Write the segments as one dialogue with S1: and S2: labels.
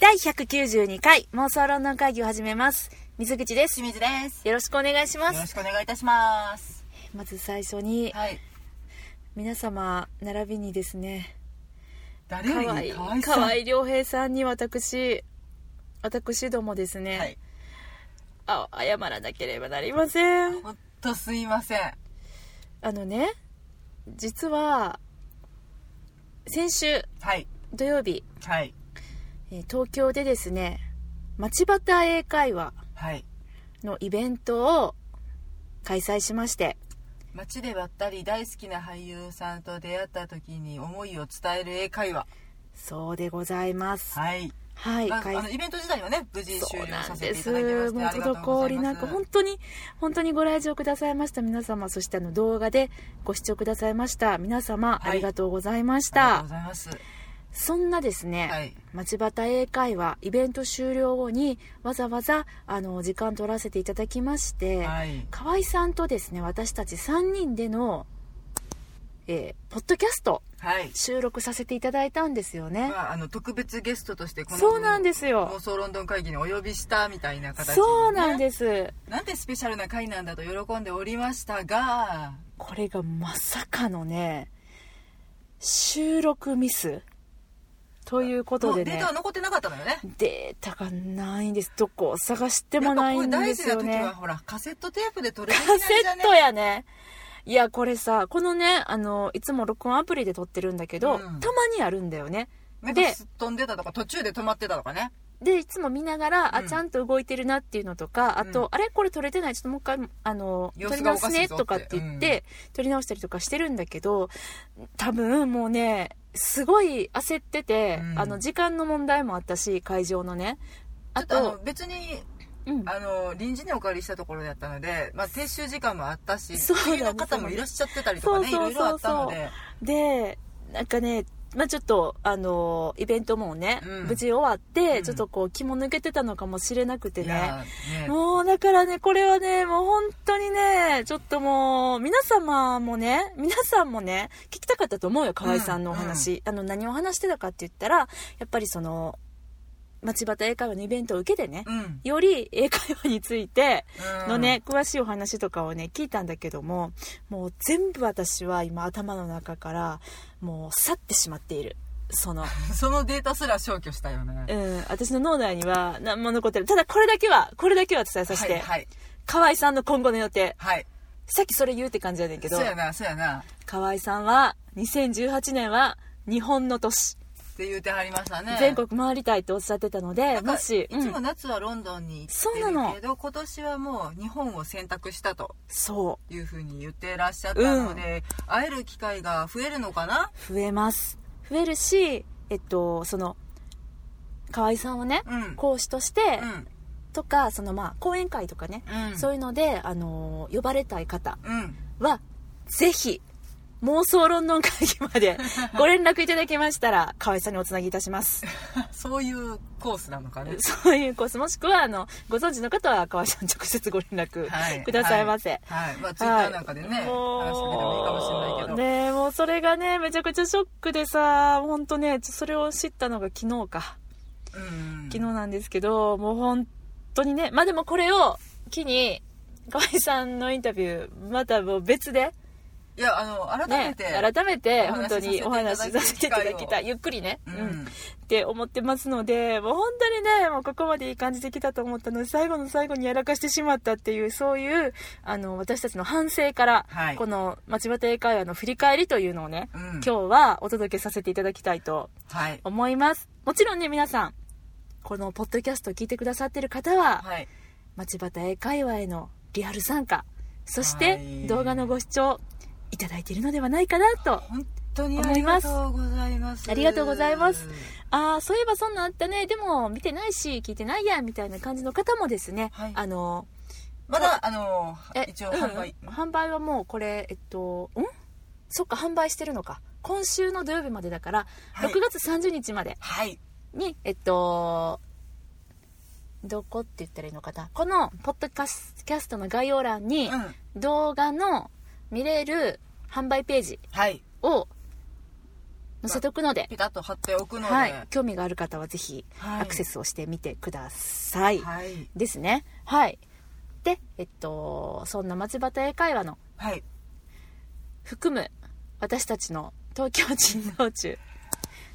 S1: 第192回妄想論論会議を始めます。水口です。
S2: 清水です。
S1: よろしくお願いしま
S2: よろ
S1: す。
S2: しくお願いいたします。
S1: まず最初に、
S2: はい。
S1: 皆様、並びにですね、
S2: 誰よ
S1: 河
S2: り
S1: い
S2: かわいそう。
S1: 河合良平さんに私、私どもですね、
S2: はい。
S1: あ、謝らなければなりません。
S2: ほんとすいません。
S1: あのね、実は、先週
S2: はい。
S1: 土曜日、
S2: はい。
S1: えー東京でですね、町端英会話
S2: はい。
S1: のイベントを開催しまして、
S2: 街でばったり大好きな俳優さんと出会った時に思いを伝える英会話。
S1: そうでございます。
S2: はい。
S1: はい、
S2: まあ、
S1: 開
S2: あの、イベント自体はね、無事終
S1: そう
S2: 了
S1: な
S2: さ
S1: ん
S2: せて
S1: で
S2: い
S1: す。
S2: ただきまして、
S1: もう
S2: ありがとうご
S1: 滞
S2: ざい
S1: り
S2: ま
S1: な
S2: す。
S1: く、本当に、本当にご来場くださいました皆様、そしてあの動画でご視聴くださいました皆様、
S2: はい
S1: ありがとうございまし
S2: ありがとう
S1: た
S2: ご。ざいます。
S1: そんなですね、
S2: はい
S1: 町端英会話、イベント終了後に、わざわざ、あの、時間取らせていただきまして、
S2: はい。
S1: 河合さんとですね、私たち3人での、えーポッドキャスト、
S2: はい。
S1: 収録させていただいたんですよね。
S2: まあ、あの、特別ゲストとして、この、
S1: そうなんです
S2: 妄
S1: よ。
S2: 想ロンドン会議にお呼びしたみたいな形でね
S1: そうなんです。
S2: なんてスペシャルな回なんだと喜んでおりましたが、
S1: これがまさかのね収録ミスということ
S2: も
S1: で
S2: うデー
S1: ね
S2: タは残ってなかったのよね。
S1: データがないんですどこを探して
S2: や
S1: も
S2: っぱ
S1: ない
S2: こういうん
S1: で
S2: 大
S1: す
S2: 事な
S1: よ
S2: 時
S1: ね
S2: はほら、カセットテープで撮るべき
S1: カセ
S2: なん
S1: ットやねいやこれさこのねあのいつも録音アプリで撮ってるんだけど、
S2: うん
S1: たまにあるんだよね
S2: なん
S1: で
S2: かすっ飛んでたとか、途中で止まってたとかね。
S1: でいつも見ながら、あ
S2: うん
S1: ちゃんと動いてるなっていうのとかあと、
S2: うん
S1: あれこれ撮れてないちょっともう一回あの
S2: 様
S1: 撮り
S2: 子が
S1: 直
S2: お
S1: す
S2: かし
S1: ね
S2: いぞ
S1: とかって言って、撮り直したりとかしてるんだけど多分もうねすごい焦ってて、
S2: うん
S1: あの時間の問題もあったし会場のね
S2: ちょ
S1: あ
S2: っとあ
S1: と
S2: の、別に、
S1: うん
S2: あの、臨時にお借りしたところだったので、まあ、撤収時間もあったし、
S1: そうだね
S2: 急の方もいらっしゃってたりとかね、い
S1: そう
S2: ろ
S1: そう
S2: い
S1: そう
S2: ろ
S1: そ
S2: あ
S1: う
S2: ったので、
S1: でなんかねまあちょっと、あのイベントもね、
S2: うん
S1: 無事終わって、
S2: うん
S1: ちょっとこう気も抜けてたのかもしれなくて
S2: い
S1: ね
S2: やーね、
S1: もうだからね、これはね、もう本当にね、ちょっともう、皆様もね、皆さんもね、聞きたかったと思うよ、河合さんのお話。あの、何を話してたかって言ったら、やっぱりその、町端英会話のイベントを受けてね、
S2: うん。
S1: より英会話について
S2: うん
S1: のね、、詳しいお話とかをね、聞いたんだけども、もう全部私は今頭の中から、もう去ってしまっている。その、
S2: そのデータすら消去したよ
S1: う
S2: ね。
S1: ん、私の脳内には何も残ってる。ただこれだけは、これだけは伝えさせて。
S2: はい、はい、
S1: 河合さんの今後の予定
S2: はい。
S1: さっきそれ言うって感じやねんけど
S2: そうやな、そうやな。
S1: 河合さんは2018年は日本の都市、
S2: って言うてはりましたね。
S1: 全国回りたいっておっしゃってたので
S2: なんか
S1: もし、
S2: いつ
S1: う
S2: も
S1: ん
S2: 夏はロンドンに行
S1: そう
S2: って
S1: なの
S2: るけど、今年はもう日本を選択したと
S1: そ
S2: いうふうに言ってらっしゃったので、会える機会が増えるのかな
S1: う増えます増えるしえっとその河合さんをね、
S2: うん
S1: 講師として、
S2: うん
S1: とかそのまあ講演会とかね、
S2: うん
S1: そういうので、あのー呼ばれたい方
S2: うん
S1: はぜひ妄想論論会議までご連絡いただけましたら河合さんにおつなぎいたします
S2: そういうコースなのかね
S1: そういうコース、もしくは、あの、ご存知の方は、川合さんに直接ご連絡
S2: はい
S1: くださいませ。はい
S2: はいまあツイッターなんかでね、話してみてもいいかもしれないけど、
S1: ねえもうそれがね、めちゃくちゃショックでさ、本当ね、ちょそれを知ったのが昨日か。
S2: うん
S1: 昨日なんですけど、もう本当にね、まあでもこれを機に、河合さんのインタビュー、またもう別で、
S2: いやあの改め
S1: ね、
S2: て、
S1: 改めて、
S2: お
S1: 本
S2: 話し
S1: 当にお話しさせ
S2: させ
S1: て
S2: て
S1: い
S2: い
S1: た
S2: た
S1: だ
S2: だ
S1: き
S2: き
S1: た
S2: た
S1: い。ゆっくりね。
S2: う
S1: うん
S2: ん
S1: って思ってますのでもう本当にねもうここまでいい感じで来たと思ったので最後の最後にやらかしてしまったっていうそういうあの私たちの反省から、
S2: はい
S1: この町場英会話の振り返りというのをね、
S2: うん
S1: 今日はお届けさせていただきたいと
S2: はい
S1: 思いますもちろんね皆さんこのポッドキャストを聞いてくださってる方は、
S2: はい
S1: 町場英会話へのリアル参加そし
S2: は
S1: て
S2: い
S1: 動画のご視聴いただいているのではないかなと
S2: 本当にありがとうございます
S1: ありがとうございますああそういえばそんなんあったねでも見てないし聞いてないやみたいな感じの方もですね、
S2: はい
S1: あの
S2: まだあの一
S1: う
S2: 応
S1: ん
S2: 販売、
S1: 販売はもうこれえっとんそっか販売してるのか今週の土曜日までだから、
S2: はい
S1: 6月30日まで
S2: はい
S1: にえっとどこって言ったらいいのかなこのポッドキャスキャストの概要欄に
S2: うん
S1: 動画の見れる販売ページ
S2: はい
S1: を載せておくので、
S2: ピタッと貼っておくので、
S1: はい、興味がある方はぜひ
S2: はい
S1: アクセスをしてみてください、
S2: はい
S1: ですねはいでえっとそんな町端英会話の
S2: はい
S1: 含む私たちの東京人道中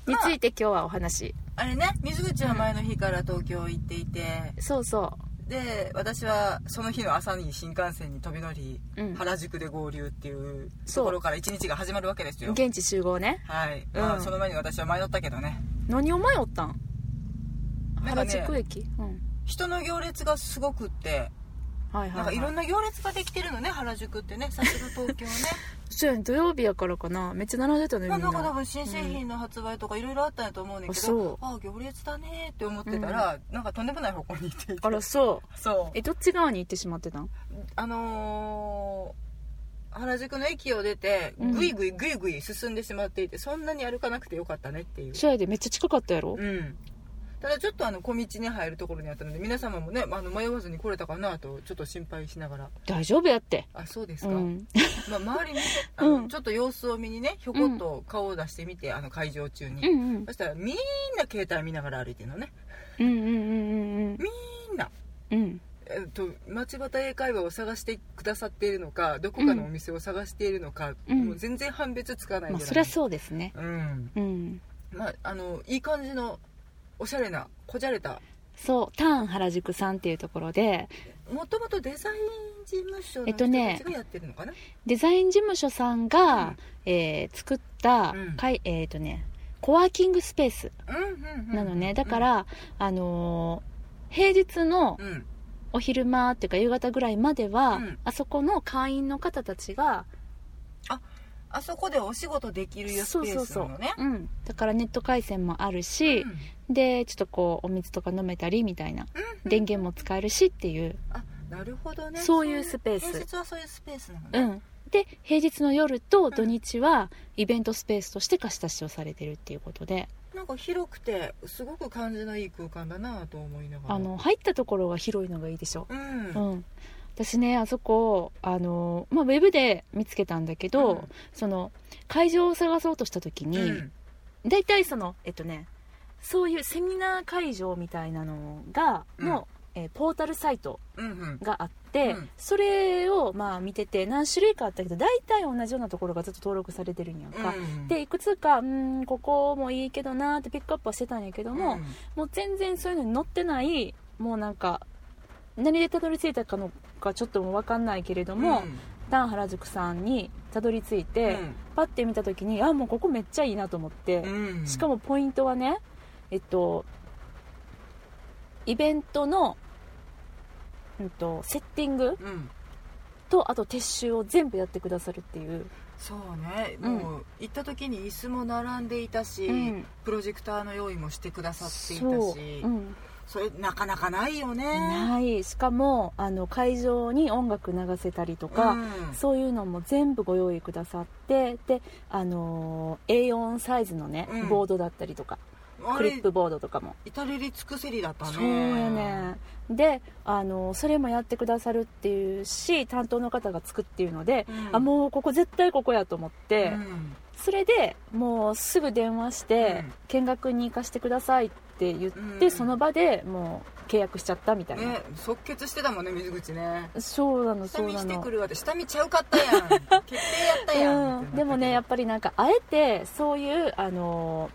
S1: について今日はお話
S2: あれね水口は前の日から東京行っていて、
S1: そうそ
S2: で私はその日の朝に新幹線に飛び乗り、
S1: うん
S2: 原宿で合流っていう
S1: そう
S2: ところから一日が始まるわけです
S1: う
S2: よ
S1: 現地集合ね
S2: はい、
S1: う
S2: まあ、
S1: ん
S2: その前に私は迷ったけどね
S1: 何を迷ったん
S2: なんか
S1: 原
S2: ね
S1: 宿駅、うん
S2: 人の行列がすごくって
S1: はいはい、
S2: なん
S1: は
S2: か
S1: い、
S2: いろんな行列ができてるのね原宿ってねさすが東京 ね
S1: そうやね土曜日やからかなめっちゃ並んでたねみ
S2: まあ
S1: ん
S2: なんか多
S1: な
S2: 分新製品の発売とかいろいろあったんやと思うねんけ
S1: あそう
S2: ど、ああ行列だねーって思ってたら、なんかとんでもない方向に行っていて
S1: あらそう
S2: そう
S1: えどっち側に行ってしまってたん
S2: あのー原宿の駅を出て
S1: うん
S2: ぐいぐいぐいぐい進んでしまっていて、そんなに歩かなくてよかったねっていう
S1: 試合でめっちゃ近かったやろ、
S2: うんただちょっとあの小道に入るところにあったので皆様もねあの迷わずに来れたかなとちょっと心配しながら
S1: 大丈夫やって
S2: あそうです
S1: う
S2: か、
S1: ん
S2: まあ、周りに、あの
S1: うん
S2: ちょっと様子を見にねひょこっと顔を出してみて、あの会場中
S1: う
S2: に、
S1: んうん
S2: そしたらみんな携帯見ながら歩いてるのね
S1: うんうんうん
S2: みんな
S1: うんうん
S2: えっと、町端英会話を探してくださっているのかどこかのお店を探しているのか、
S1: うん
S2: もう全然判別つかない
S1: まあ
S2: ぐらい、
S1: そりゃそうですね
S2: うん
S1: うん
S2: まあ、あのいい感じのおしゃれなこじゃれた
S1: そうターン原宿さんっていうところで
S2: もともとデザイン事務所の
S1: えっと
S2: 人
S1: ね
S2: たちがやってるのかな、
S1: デザイン事務所さんが、えー作った、
S2: うん
S1: かいえっ、とねコワーキングスペース
S2: うんうんうん、
S1: なのね、だか、ら、あのー平日の
S2: うん、
S1: お昼間っていうか夕方ぐらいまでは、
S2: うん
S1: あそこの会員の方たちが、
S2: あそこでお仕事できるよス
S1: そう
S2: ペ
S1: そ
S2: ー
S1: う
S2: ス
S1: そ
S2: な
S1: う
S2: のね、
S1: うん、だからネット回線もある
S2: う
S1: し、
S2: ん
S1: でちょっとこうお水とか飲めたりみたいな、
S2: うん
S1: 電源も使えるしっていう、
S2: あなるほどね
S1: そういうスペース
S2: 平日はそういうスペースなの
S1: う
S2: ね、
S1: ん、で平日の夜と土日はイベントスペースとして貸し出しをされてるっていうことで、
S2: なんか広くてすごく感じのいい空間だなと思いながら
S1: あの入ったところが広いのがいいでしょ、
S2: うん
S1: うん私ねあそこあの、まあ、ウェブで見つけたんだけど、
S2: うん
S1: その会場を探そうとした時に、
S2: うん
S1: 大体そのえっとねそういうセミナー会場みたいなのがの、えーポータルサイト
S2: うんうん
S1: があって、
S2: うん
S1: それをまあ見てて何種類かあったけど大体同じようなところがずっと登録されてるんやんか、
S2: うん
S1: でいくつかうーんここもいいけどなーってピックアップはしてたんやけども、
S2: うん
S1: もう全然そういうのに載ってないもうなんか何でたどり着いたかのかちょっとも分かんないけれども、
S2: ん
S1: ダン原宿さんにたどり着いて、
S2: うん
S1: パッて見た時にあもうここめっちゃいいなと思って、
S2: うん
S1: しかもポイントはねえっとイベントの、うん、とセッティング
S2: うん
S1: とあと撤収を全部やってくださるっていう、
S2: そうね
S1: うん
S2: もう行った時に椅子も並んでいたし、
S1: うん
S2: プロジェクターの用意もしてくださっていたし
S1: そう、
S2: そ,、
S1: うん、
S2: れなかなかないよね
S1: ないしかもあの会場に音楽流せたりとか、
S2: うん
S1: そういうのも全部ご用意くださってで、あのー A4 サイズのね、
S2: うん
S1: ボードだったりとか
S2: あ
S1: クリ
S2: れ
S1: ップボードとかも
S2: 至れり尽くせりだったね
S1: そうやねで、あのーそれもやってくださるっていうし担当の方がつくっていうので、
S2: うん
S1: あもうここ絶対ここやと思って、
S2: うん
S1: それでもうすぐ電話して、
S2: うん
S1: 見学に行かせてくださいって言って、
S2: うん
S1: その場でもう契約しちゃったみたいな、
S2: ね即決してたもんね水口ね
S1: そうなの
S2: 下
S1: そう
S2: 見
S1: な
S2: して
S1: の
S2: くるわって下見ちゃうかった やん決定やったやん、
S1: うん、でもねやっぱりなんかあえてそういうあの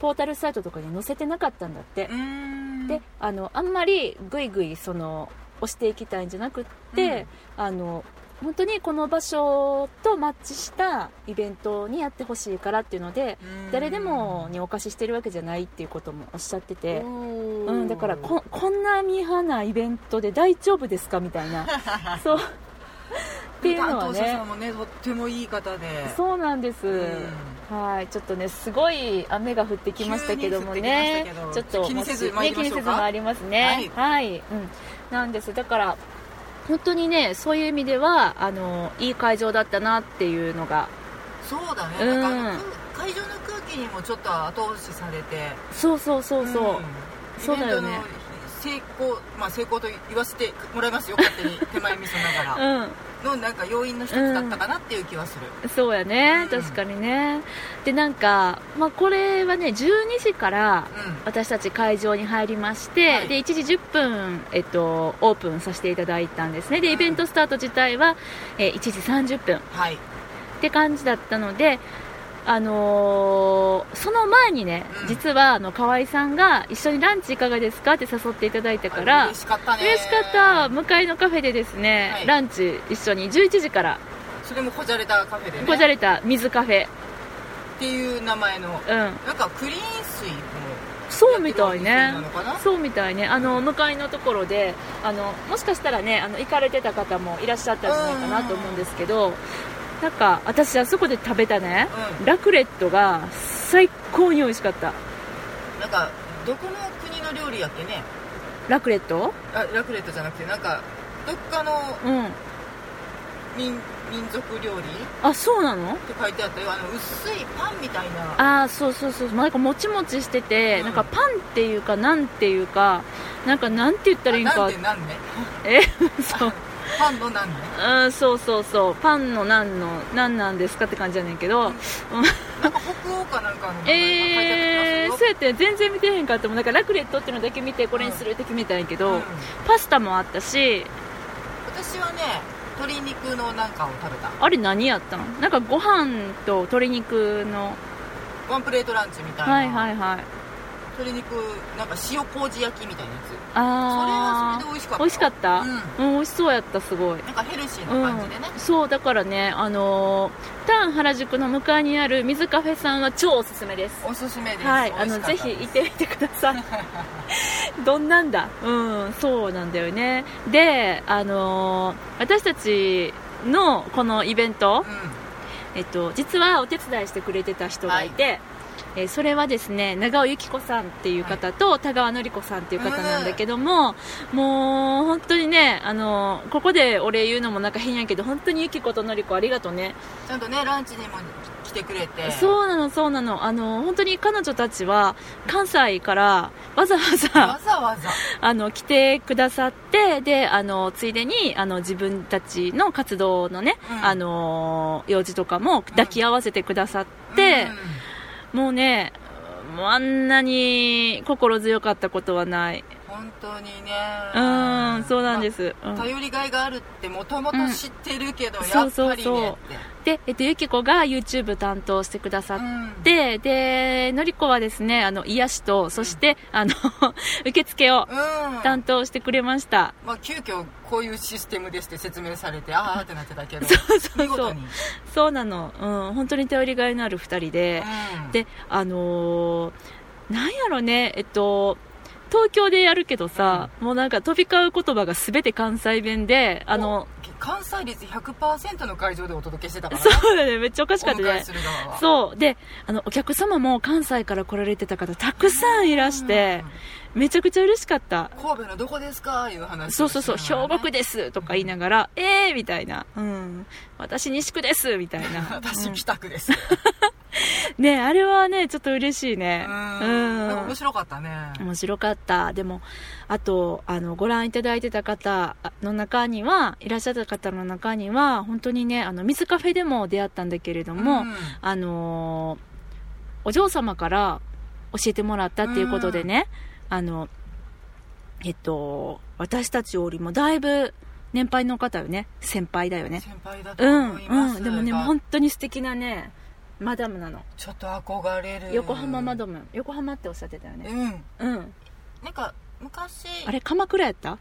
S1: ポータルサイトとかに載せてなかったんだって
S2: う、ん
S1: であのあんまりグイグイその押していきたいんじゃなくって、あの本当にこの場所とマッチしたイベントにやってほしいからっていうので
S2: うん
S1: 誰でもにお貸ししてるわけじゃないっていうこともおっしゃってて、
S2: う
S1: うん、だからここんなミーハーなイベントで大丈夫ですかみたい なそうっていうのは
S2: 担当者
S1: ね
S2: さんもねとってもいい方で
S1: そうなんです、
S2: う
S1: はいちょっとねすごい雨が降ってきましたけどもね
S2: 急に降っ
S1: ちょ
S2: て
S1: っ
S2: きましたけど
S1: と
S2: 気にせず
S1: もし
S2: 参
S1: ね
S2: り
S1: 気
S2: ま
S1: に
S2: しょ
S1: せ
S2: う
S1: ず
S2: か
S1: 回りますねはい、うん、なんですだから本当にねそういう意味ではあのいい会場だったなっていうのが
S2: そうだね、
S1: うん
S2: なんか空会場の空気にもちょっと後押しされて
S1: そうそうそうそう、そうだよね
S2: イベントの成功まあ成功と言わせてもらいますよ勝手に手前味噌ながら、
S1: うん、
S2: のなんか要因の一つだったかなっていう気はする、
S1: そうやね
S2: うん
S1: 確かにね、でなんか、まあ、これはね12時から
S2: う
S1: 私たち会場に入りまして、
S2: はい
S1: で1時10分、えっと、オープンさせていただいたんですねでイベントスタート自体は、えー1時30分っ
S2: ん、はい
S1: て感じだったので、あのーその前にね、
S2: うん
S1: 実はあの河合さんが一緒にランチいかがですかって誘っていただいたから
S2: 嬉しかったね
S1: 嬉しかった向かいのカフェでですね、
S2: はい
S1: ランチ一緒に11時から
S2: それもこじゃれたカフェでね
S1: こじゃれた水カフェ、
S2: っていう名前の
S1: うん、
S2: なんかクリーン水も
S1: そうみたい
S2: や
S1: ね
S2: ってるお店なのかな
S1: そうみたいねあの向かいのところであのもしかしたらねあの行かれてた方もいらっしゃったんじゃないかなと思うんですけどなんか私あそこで食べたね
S2: う
S1: ラクレットが最高に美味しかった
S2: んなんかどこの国の料理やっけね
S1: ラクレット
S2: あラクレットじゃなくてなんかどっかの
S1: うん
S2: 民民族料理っ
S1: あそうなの
S2: て書いてあったよあの薄いパンみたいな
S1: ああそうそうそう、まあ、なんかもちもちしてて、
S2: うん
S1: なんかパンっていうかなんていうかなんかなんて言ったらいいん
S2: な
S1: か
S2: んでなんね
S1: え そう
S2: パンのなんね
S1: うんそうそうそうパンの何の何なんですかって感じやねんけど、
S2: なんか北欧かなんかの名
S1: えー、
S2: 前が
S1: そ
S2: 書
S1: う
S2: いて
S1: やって全然見てへんかったもんなんかラクレットっていうのだけ見てこれにするって決めたんやけ
S2: あ
S1: ど、
S2: ったけど、うん
S1: パスタもあったし
S2: 私はね鶏肉のなんかを食べた
S1: あれ何やったんなんかご飯と鶏肉の
S2: ワンプレートランチみたいな、
S1: はいはいはい
S2: 鶏肉なんか塩麹焼きみたいなやつそれは
S1: あ
S2: それで美味しかっ
S1: あ
S2: た
S1: 美味しかった
S2: うん、
S1: うん、美味しそうやったすごい
S2: なんかヘルシー
S1: う
S2: な感
S1: ん
S2: じでね、、
S1: そうだからねあのーターン原宿の向かいにある水カフェさんは超おすすめです
S2: おすすめです
S1: はい、あ
S2: 美味
S1: の
S2: しか
S1: ぜ
S2: っ
S1: ひ
S2: たです
S1: 行ってみてくださ いどんなんだうんそうなんだよねであのー私たちのこのイベント、えっと、実はお手伝いしてくれてた人がいて、えーそれはですね長尾由紀子さんっていう方と、田川紀子さんっていう方なんだけども、もう本当にねあのーここでお礼言うのもなんか変やけど本当に由紀子と紀子ありがとうね
S2: うん、ちゃんとねランチにも来てくれて
S1: そうなのそうなのあの本当に彼女たちは関西からわざわ
S2: わ
S1: ざ
S2: ざ わざ
S1: あの来てくださってであのついでにあの自分たちの活動のね、
S2: うん
S1: あの用事とかも抱き合わせてくださって、もうねもうあんなに心強かったことはない
S2: うん、本当にね、
S1: うんそうなんですす、うん
S2: まあ頼りがいがあるってもともと知ってるけど、
S1: うん
S2: やっ
S1: そうそ
S2: ぱ
S1: う
S2: り
S1: そう
S2: ねって
S1: で、えっと、ゆきこが YouTube 担当してくださっ
S2: うん
S1: で、で、のりこはですね、あの、癒しと、そして、あの、 受付を
S2: うん
S1: 担当してくれました。
S2: まあ、急遽こういうシステムでして説明されてああってなってたけど
S1: そうそう
S2: 見
S1: そ
S2: 事
S1: う
S2: に。、
S1: そうなの。うん、本当に頼りがいのある二人で。
S2: うん、
S1: で、あのーなんやろね、えっと、東京でやるけどさ、もうなんか飛び交う言葉が全て関西弁で、あの、
S2: 関西率100%の会場でお届けしてたからな
S1: そうだね、めっちゃおかしかった
S2: お迎え
S1: ね
S2: す。る側は
S1: そう。で、あの、お客様も関西から来られてた方たくさんいらして、めちゃくちゃ嬉しかった。
S2: うん神戸のどこですかいう話を
S1: そうそうそう、
S2: しなが
S1: 兵
S2: ら
S1: 庫区
S2: ね
S1: ですとか言いながら、えーみたいな、うん、私西区ですみたいな。
S2: 私北区で
S1: う
S2: す、
S1: んねあれはね、ちょっと嬉しいね。
S2: うん
S1: うん
S2: なんか面白かったね
S1: 面白かった。でも、あと、あの、ご覧いただいてた方の中には、いらっしゃった方の中には、本当にね、あの、水カフェでも出会ったんだけれども、
S2: うん
S1: あのーお嬢様から教えてもらったっていうことでね、あの、えっと、私たちよりもだいぶ年配の方よね、先輩だよね。
S2: 先輩だと
S1: うん、
S2: 思います、
S1: うん。でもね、
S2: が
S1: 本当に素敵なね、マダムなの。
S2: ちょっと憧れる
S1: 横浜マダム。横浜っておっしゃってたよね。
S2: うん
S1: うん。
S2: なんか昔
S1: あれ、鎌倉やった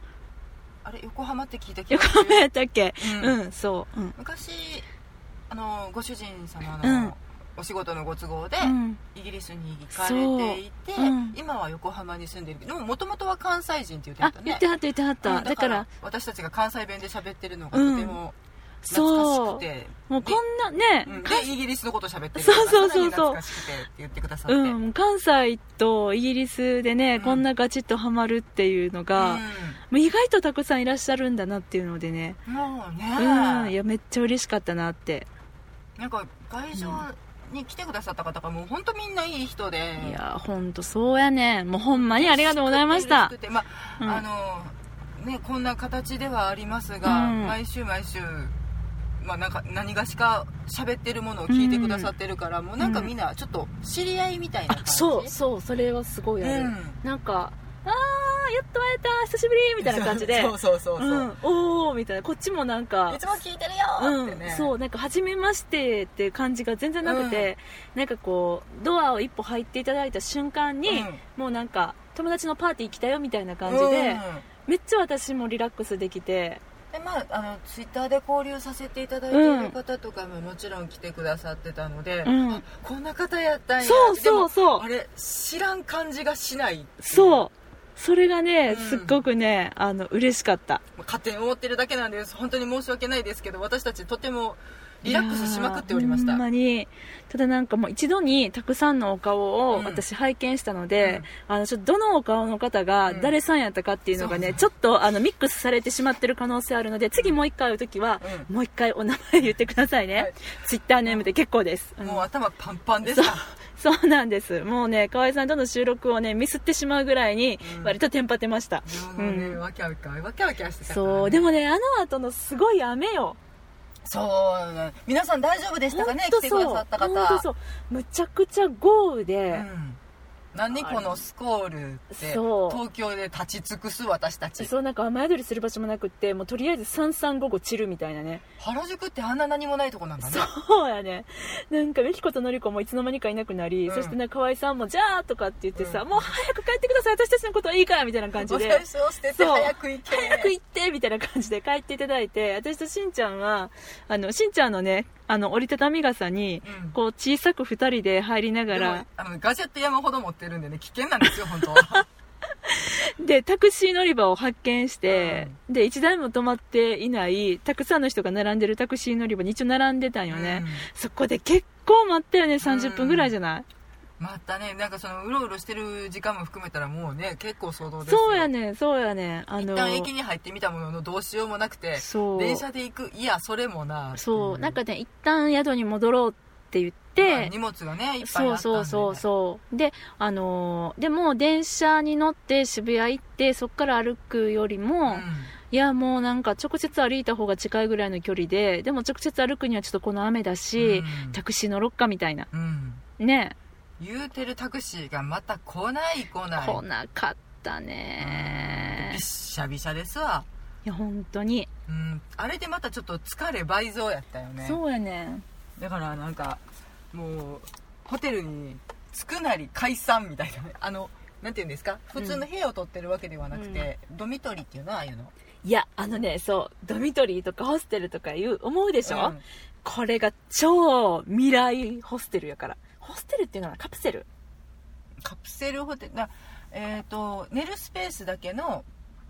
S2: あれ横浜って聞いたけど
S1: 横浜やったっけ
S2: う
S1: うんん、そう。うん。
S2: 昔あのご主人様
S1: う
S2: の、
S1: ん
S2: お仕事のご都合で、
S1: うん
S2: イギリスに行かれていて、
S1: そううん
S2: 今は横浜に住んでるけどもともとは関西人って言っては
S1: あ
S2: った、
S1: 言っ
S2: ね
S1: てはった言ってはった。
S2: うん
S1: だから、
S2: 私たちが関西弁で喋ってるのがとても懐かし
S1: そ
S2: く
S1: う。
S2: て、
S1: もうこんなね
S2: うん、
S1: 関
S2: でイギリスのこと喋ってる
S1: そうそうそうそう
S2: さらに懐かしくてって言ってくださって、
S1: う
S2: うん
S1: ん、関西とイギリスでね、
S2: うん
S1: こんなガチッとハマるっていうのが、もう意外とたくさんいらっしゃるんだなっていうのでね、
S2: もうね、
S1: うん、いやめっちゃ嬉しかったなって、
S2: なんか外場に来てくださった方がもう本当みんないい人で
S1: いやほんとそうやねもうほんまにありがとうございました
S2: 嬉しくてまあ
S1: うん
S2: あのね、こんな形ではありますが、
S1: うん
S2: 毎週毎週まあ、なんか何がしか喋ってるものを聞いてくださってるから、もうなんかみんなちょっと知り合いみたいな
S1: あ
S2: 感じ
S1: そうそうそれはすごいある、
S2: うん
S1: なんか「あーやっと会えた久しぶり」みたいな感じで
S2: そうそうそうそう、
S1: うん、おおみたいなこっちもなんか
S2: いつも聞いてるよーってね、
S1: うん、そうなんか初めましてっていう感じが全然なくて、なんかこうドアを一歩入っていただいた瞬間に、
S2: うん
S1: もうなんか友達のパーティー来たよみたいな感じで、
S2: うん
S1: めっちゃ私もリラックスできて
S2: でまあ、あのツイッターで交流させていただいている方とかももちろん来てくださってたので、
S1: うん
S2: あこんな方やったんや
S1: そうそう
S2: で
S1: そう
S2: もあれ知らん感じがしないってい
S1: そうそれがね、
S2: うん
S1: すっごくねあの嬉しかった
S2: まあ勝手に思ってるだけなんです本当に申し訳ないですけど私たちとてもリラックスしまくっておりまし
S1: いやーほ
S2: た
S1: んまにただなんかもう一度にたくさんのお顔
S2: う
S1: を
S2: ん
S1: 私拝見したので、あのちょっとどのお顔の方が
S2: うん
S1: 誰さんやったかっていうのがね、
S2: そう
S1: ちょっとあのミックスされてしまってる可能性あるので次もう一回会う時は、もう一回お名前言ってくださいね、
S2: はい
S1: ツイッターネームで結構です、うん
S2: もう頭パンパンでした
S1: そうなんですもうね河合さんとの収録をねミスってしまうぐらいに
S2: うん
S1: 割とテンパってました、
S2: もうね、
S1: うん
S2: わきゃわきゃわきゃわきゃしてたからね、
S1: そうで
S2: も
S1: もねあの後のすごい雨よ
S2: そうなの皆さん大丈夫でしたかね
S1: ほん
S2: 来
S1: と
S2: て
S1: そ
S2: く
S1: う
S2: ださった方
S1: ほんとそうむちゃくちゃ豪雨で、
S2: うん何このスコールって
S1: そう
S2: 東京で立ち尽くす私たち
S1: そうなんか雨宿りする場所もなくってもうとりあえず三三五五散るみたいなね
S2: 原宿ってあんな何もないとこなんだね
S1: そうやねなんか美希子とのりこもいつの間にかいなくなり、
S2: うん
S1: そしてな河合さんも「じゃあ」とかって言ってさ、
S2: うん
S1: もう早く帰ってください私たちのことはいいから」みたいな感じ
S2: お
S1: で
S2: 財布を捨てて
S1: そう
S2: 早く行け
S1: 早く行ってみたいな感じで帰っていただいて私としんちゃんはあのしんちゃんのねあの折りたたみ傘に
S2: うん
S1: こう小さく2人で入りなが
S2: でも
S1: ら
S2: あのガジェット山ほど持ってるんでね危険なんですよ本当
S1: でタクシー乗り場を発見して、で1台も止まっていないたくさんの人が並んでるタクシー乗り場に一応並んでたんよね、そこで結構待ったよね30分ぐらいじゃない、
S2: うんまたねなんかそのうろうろしてる時間も含めたらもうね結構騒動ですよ
S1: そうやねんそうやねんあの
S2: 一旦駅に入ってみたもののどうしようもなくて
S1: そう
S2: 電車で行くいやそれもな
S1: そう、なん
S2: か
S1: かね一旦宿に戻ろうって言って、
S2: 荷物がねいっぱい
S1: そう
S2: あったんでね
S1: そうそうそうであのーでも電車に乗って渋谷行ってそっから歩くよりも、
S2: うん
S1: いやもうなんか直接歩いた方が近いぐらいの距離ででも直接歩くにはちょっとこの雨だし、
S2: うん
S1: タクシー乗ろっかみたいな
S2: うん
S1: ね
S2: 言うてるタクシーがまた来ない来ない
S1: 来なかった
S2: び
S1: ね
S2: っしゃびしゃですわ
S1: いや本当に、
S2: うんあれでまたちょっと疲れ倍増やったよね
S1: そうやねん
S2: だからなんかもうホテルに着くなり解散みたいな ねあのなんていうんですか普通の部屋を取ってるわけではなくて、ドミトリーっていうのはああいうの
S1: いやあのねそうドミトリーとかホステルとかいう思うで
S2: で
S1: しょ、これが超未来ホステルやからホステルっていうのはカプセル
S2: カプセルホテルだえっ、と寝るスペースだけの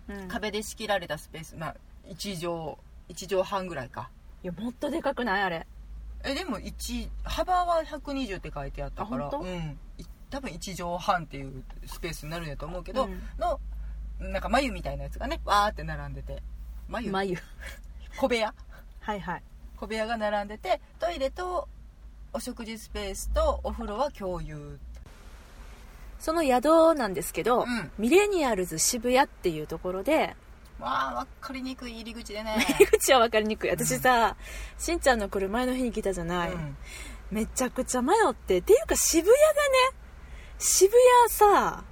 S1: うん
S2: 壁で仕切られたスペースまあ1畳1畳半ぐらいか
S1: いやもっとでかくないあれ
S2: えでも1幅は120って書いてあったから
S1: あ本当
S2: うんい多分1畳半っていうスペースになるんやと思うけど、
S1: うん
S2: のなんか眉みたいなやつがねわーって並んでて眉
S1: 眉
S2: 小部屋
S1: はいはい
S2: 小部屋が並んでてトイレとお食事スペースとお風呂は共有
S1: その宿なんですけど、
S2: うん
S1: ミレニアルズ渋谷っていうところで
S2: まあ分かりにくい入り口でね、
S1: 入り 口は分かりにくい私さ、しんちゃんの車前の日に来たじゃない、
S2: うん
S1: めちゃくちゃ迷ってっていうか渋谷がね渋谷さ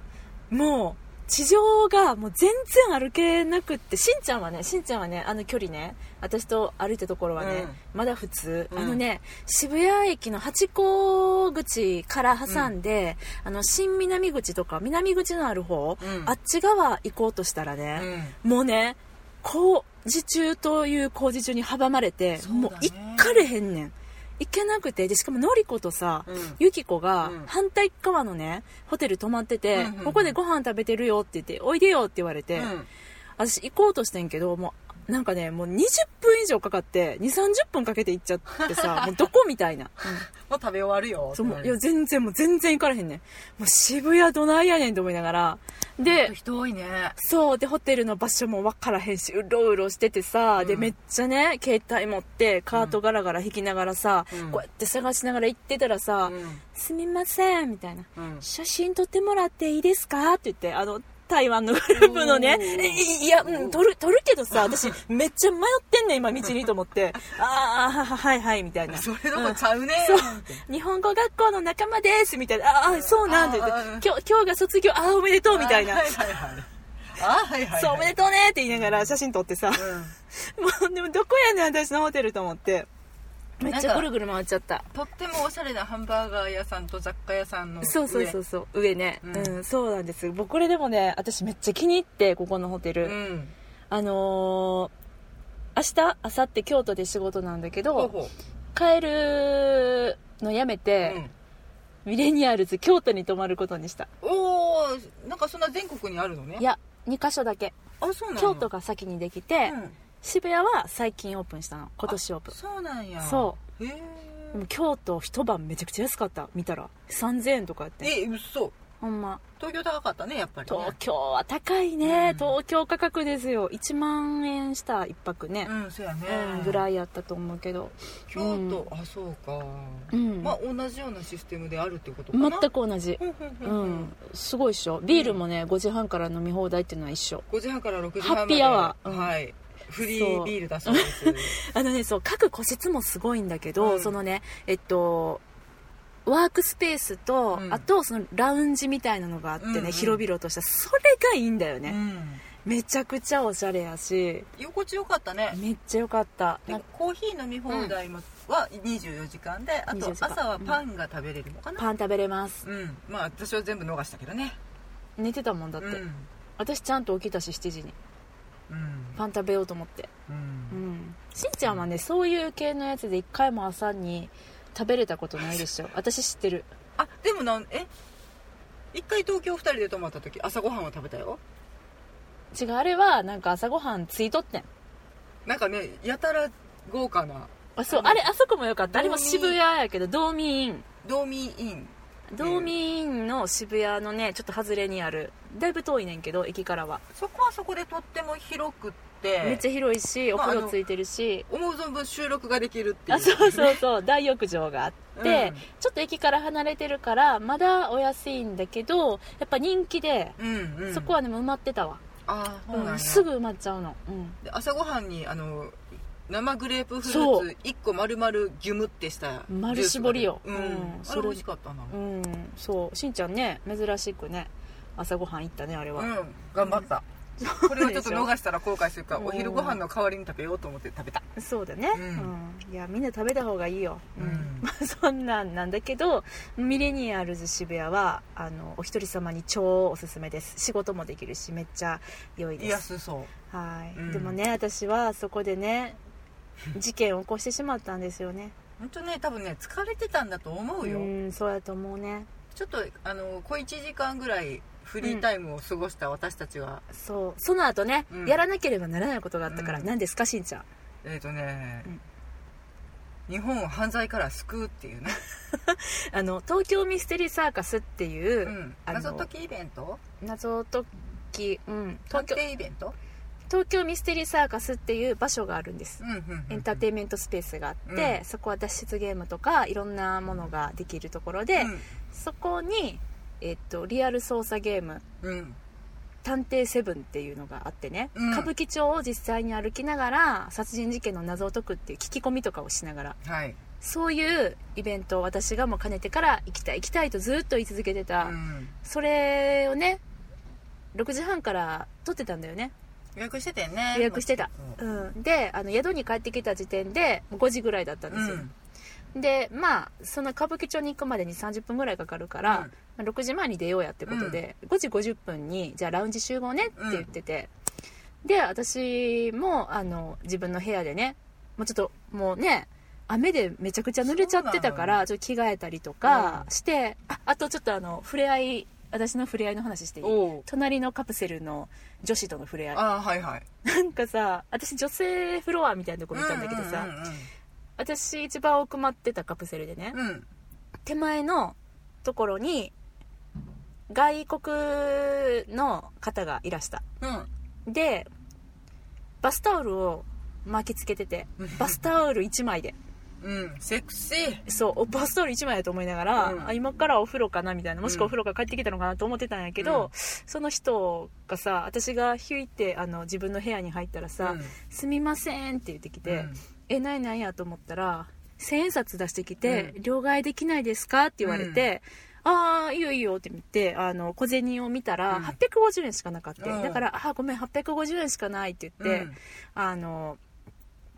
S1: もう地上がもう全然歩けなくってしんちゃんはねしんちゃんはねあの距離ね私と歩いたところはね、まだ普通、
S2: うん
S1: あのね渋谷駅の八甲口から挟んで、あの新南口とか南口のある方、
S2: うん
S1: あっち側行こうとしたらね、
S2: うん
S1: もうね工事中という工事中に阻まれて、
S2: そうだね
S1: もう行かれへんねん行けなくてでしかものりことさ、
S2: うん
S1: ゆきこが
S2: うん
S1: 反対側のねホテル泊まってて、
S2: うんうんうん
S1: ここでご飯食べてるよって言っておいでよって言われて、
S2: うん
S1: 私行こうとしてんけどもうなんかねもう20分以上かかって2 3 0分かけて行っちゃって さもうどこみたいな、
S2: もう食べ終わるよ
S1: そうもういや
S2: って
S1: 全然もう全然行かれへんねんもう渋谷どないやねんと思いながら
S2: な
S1: で
S2: る人多いね
S1: そうでホテルの場所も分からへんしうろうろしててさ、
S2: うん
S1: でめっちゃね携帯持ってカートガラガラ引きながらさ、
S2: うん
S1: こうやって探しながら行ってたらさ「
S2: うん
S1: すみません」みたいな
S2: う
S1: 「
S2: ん
S1: 写真撮ってもらっていいですか?」って言ってあの台湾のグループのね
S2: おー
S1: えいいや、うん、撮る撮るけどさ私めっちゃ迷ってんねん今道にと思ってああはいはいみたいな
S2: それどころちゃうね
S1: そう
S2: ーって
S1: 日本語学校の仲間ですみたいなああそうなんだって
S2: あー
S1: 今日今日が卒業ああおめで とうみたいな
S2: あはいはいはいあはいはいはい
S1: そうおめでとうねって言いながら写真撮ってさ
S2: うん
S1: もうでもどこやねん私のホテルと思ってめっ
S2: なん
S1: ち
S2: か
S1: ゃぐるぐる回っちゃった
S2: とってもおしゃれなハンバーガー屋さんと雑貨屋さんの
S1: そうそうそうそう上ね、
S2: う
S1: うんんそうなんです僕これでもね私めっちゃ気に入ってここのホテル、
S2: 上うん
S1: あのー明日明後日京都で仕事なんだけ
S2: ほ
S1: ど
S2: うほ
S1: 帰るのやめ
S2: う、う
S1: て、
S2: ん、
S1: ミレニアルズ京都に泊まることにした
S2: おーなんかそんな全国にあるのね
S1: いや2箇所だけ
S2: あそうなんや
S1: 京都が先にできて、
S2: うん
S1: 渋谷は最近オープンしたの今年オープン
S2: そうなんや
S1: そう
S2: へ
S1: でも京都一晩めちゃくちゃ安かった見たら3000円とかやっ
S2: え
S1: て
S2: え嘘
S1: ほんま
S2: 東京高かったねやっぱり、ね、
S1: 東京は高いね、
S2: うん
S1: 東京価格ですよ1万円した1泊ね、
S2: うんそうやね、
S1: うん、ぐらいやったと思うけど
S2: 京都、あそうか、
S1: うん、
S2: まあ同じようなシステムであるってことかな
S1: 全く同じ
S2: ふんふんふん
S1: う
S2: ふん
S1: んすごいっしょビールもね5時半から飲み放題っていうのは一緒
S2: 5時半から6時半まで
S1: ハッピーアワーうん
S2: はいフリービールだそうです
S1: あのねそう各個室もすごいんだけど、
S2: うん
S1: そのねえっとワークスペースと、
S2: うん
S1: あとそのラウンジみたいなのがあってね、
S2: うんうん
S1: 広々としたそれがいいんだよ
S2: う
S1: ね、
S2: ん
S1: めちゃくちゃおしゃれやし
S2: 居心地よかったね
S1: めっちゃ良かった
S2: でコーヒー飲み放題もは24時間で、あと
S1: 24時間
S2: 朝はパンが食べれるのかな
S1: パン食べれます
S2: うん、まあ私は全部逃したけどね
S1: 寝てたもんだって、
S2: うん
S1: 私ちゃんと起きたし7時に
S2: うん
S1: パン食べようと思って
S2: う
S1: うんんしんちゃんはねそういう系のやつで一回も朝に食べれたことないで しょ私知ってる
S2: あでもなんえ一回東京2人で泊まった時朝ごはんは食べたよ
S1: 違うあれはなんか朝ごはんついとってん
S2: なんかねやたら豪華な
S1: あそう
S2: あの
S1: あれあそこもよかったあれも
S2: 道民
S1: 渋谷やけど道民イン
S2: ドーミーイン
S1: 道民インの渋谷のねちょっと外れにあるだいぶ遠いねんけど駅からは
S2: そこはそこでとっても広くって
S1: めっちゃ広いしお
S2: まあ
S1: 風
S2: あ
S1: 呂
S2: の
S1: ついてるし
S2: 思う存分収録ができるっていう
S1: あそうそうそう 大浴場があって、
S2: うん
S1: ちょっと駅から離れてるからまだお安いんだけどやっぱ人気で、
S2: うんうん、
S1: そこはねもう埋まってたわ、
S2: あーそうなん
S1: う
S2: や
S1: んすぐ埋まっちゃうの、うん、
S2: で朝ごはんにあの生グレープフル
S1: そ
S2: ーツ1個丸々ギュムってした
S1: 丸絞りよ
S2: ジュースが
S1: うん
S2: うん、あ
S1: そ
S2: れ
S1: れ
S2: 美味しかったなう
S1: うん、そうしんちゃんね珍しくね朝ごはん行ったねあれは、
S2: ん、頑張ったこれをちょっと逃したら後悔するから
S1: うん
S2: お昼ご飯の代わりに食べようと思って食べた
S1: そうだね、
S2: う
S1: うんんいやみんな食べた方がいいよ、うん
S2: うん
S1: まあ そんなんなんだけどミレニアルズ渋谷はあのお一人様に超おすすめです仕事もできるしめっちゃ良いです
S2: 安そう
S1: はい、
S2: うん
S1: でもね私はそこでね事件を起こしてしまったんですよね
S2: 本当ね多分ね疲れてたんだと思うよ、
S1: んそうやと思うね
S2: ちょっとあの小1時間ぐらいフリータイムを過ごした私たちは、
S1: そうその後ね、
S2: うん
S1: やらなければならないことがあったから、
S2: うん
S1: 何ですかしんちゃん
S2: えっ、とね、
S1: うん
S2: 日本を犯罪から救うっていうね、
S1: あの東京ミステリーサーカスっていうう、
S2: ん、
S1: あの
S2: 謎解きイベント
S1: 謎解き、うん、
S2: 探
S1: 東京
S2: 偵イベント
S1: 東京ミステリーサーカスっていう場所があるんです、
S2: うんうんうんうん
S1: エンターテインメントスペースがあって、
S2: うん
S1: そこは脱出ゲームとかいろんなものができるところで、そこに、えっとリアル操作ゲーム
S2: うんうん
S1: 「探偵セブン」っていうのがあってね、
S2: うん
S1: 歌舞伎町を実際に歩きながら殺人事件の謎を解くっていう聞き込みとかをしながら
S2: はい、
S1: そういうイベントを私がもうかねてから行きたい行きたいとずっと言い続けてた、
S2: うん、
S1: それをね6時半から撮ってたんだよね
S2: 予約しててね
S1: 予約してた
S2: う
S1: うん、であの宿に帰ってきた時点で5時ぐらいだったんで
S2: ん
S1: すよ、でまあその歌舞伎町に行くまでに30分ぐらいかかるから、まあ6時前に出ようやってことで、5時50分にじゃあラウンジ集合ねって言ってて、で私もあの自分の部屋でねもうちょっともうね雨でめちゃくちゃ濡れちゃってたか
S2: そうなの
S1: らちょっと着替えたりとかして、ああとちょっとあの触れ合い私の触れ合いの話していい
S2: おう
S1: 隣のカプセルの女子との触れ合い
S2: ああはいはい
S1: なんかさ私女性フロアみたいなとこ見たんだけどさ、私一番奥まってたカプセルでね、
S2: うんうんうんうん
S1: 手前のところに外国の方がいらした
S2: うん
S1: でバスタオルを巻きつけててバスタオル1枚で
S2: うんセクシー
S1: そうバストーリー1枚やと思いながら、
S2: うん
S1: あ今からお風呂かなみたいなもしくはお風呂から帰ってきたのかなと思ってたんやけど、
S2: うん
S1: その人がさ私がヒュイってあの自分の部屋に入ったらさ「
S2: うん
S1: すみません」って言ってきて「
S2: うん
S1: えないないや」と思ったら千円札出してきて「両替できないですか?」って言われて「ああいいよいいよ」って見てあの小銭を見たら
S2: うん
S1: 850円しかなかった、
S2: うん
S1: だから「あーごめん850円しかない」って言って、
S2: うん
S1: あの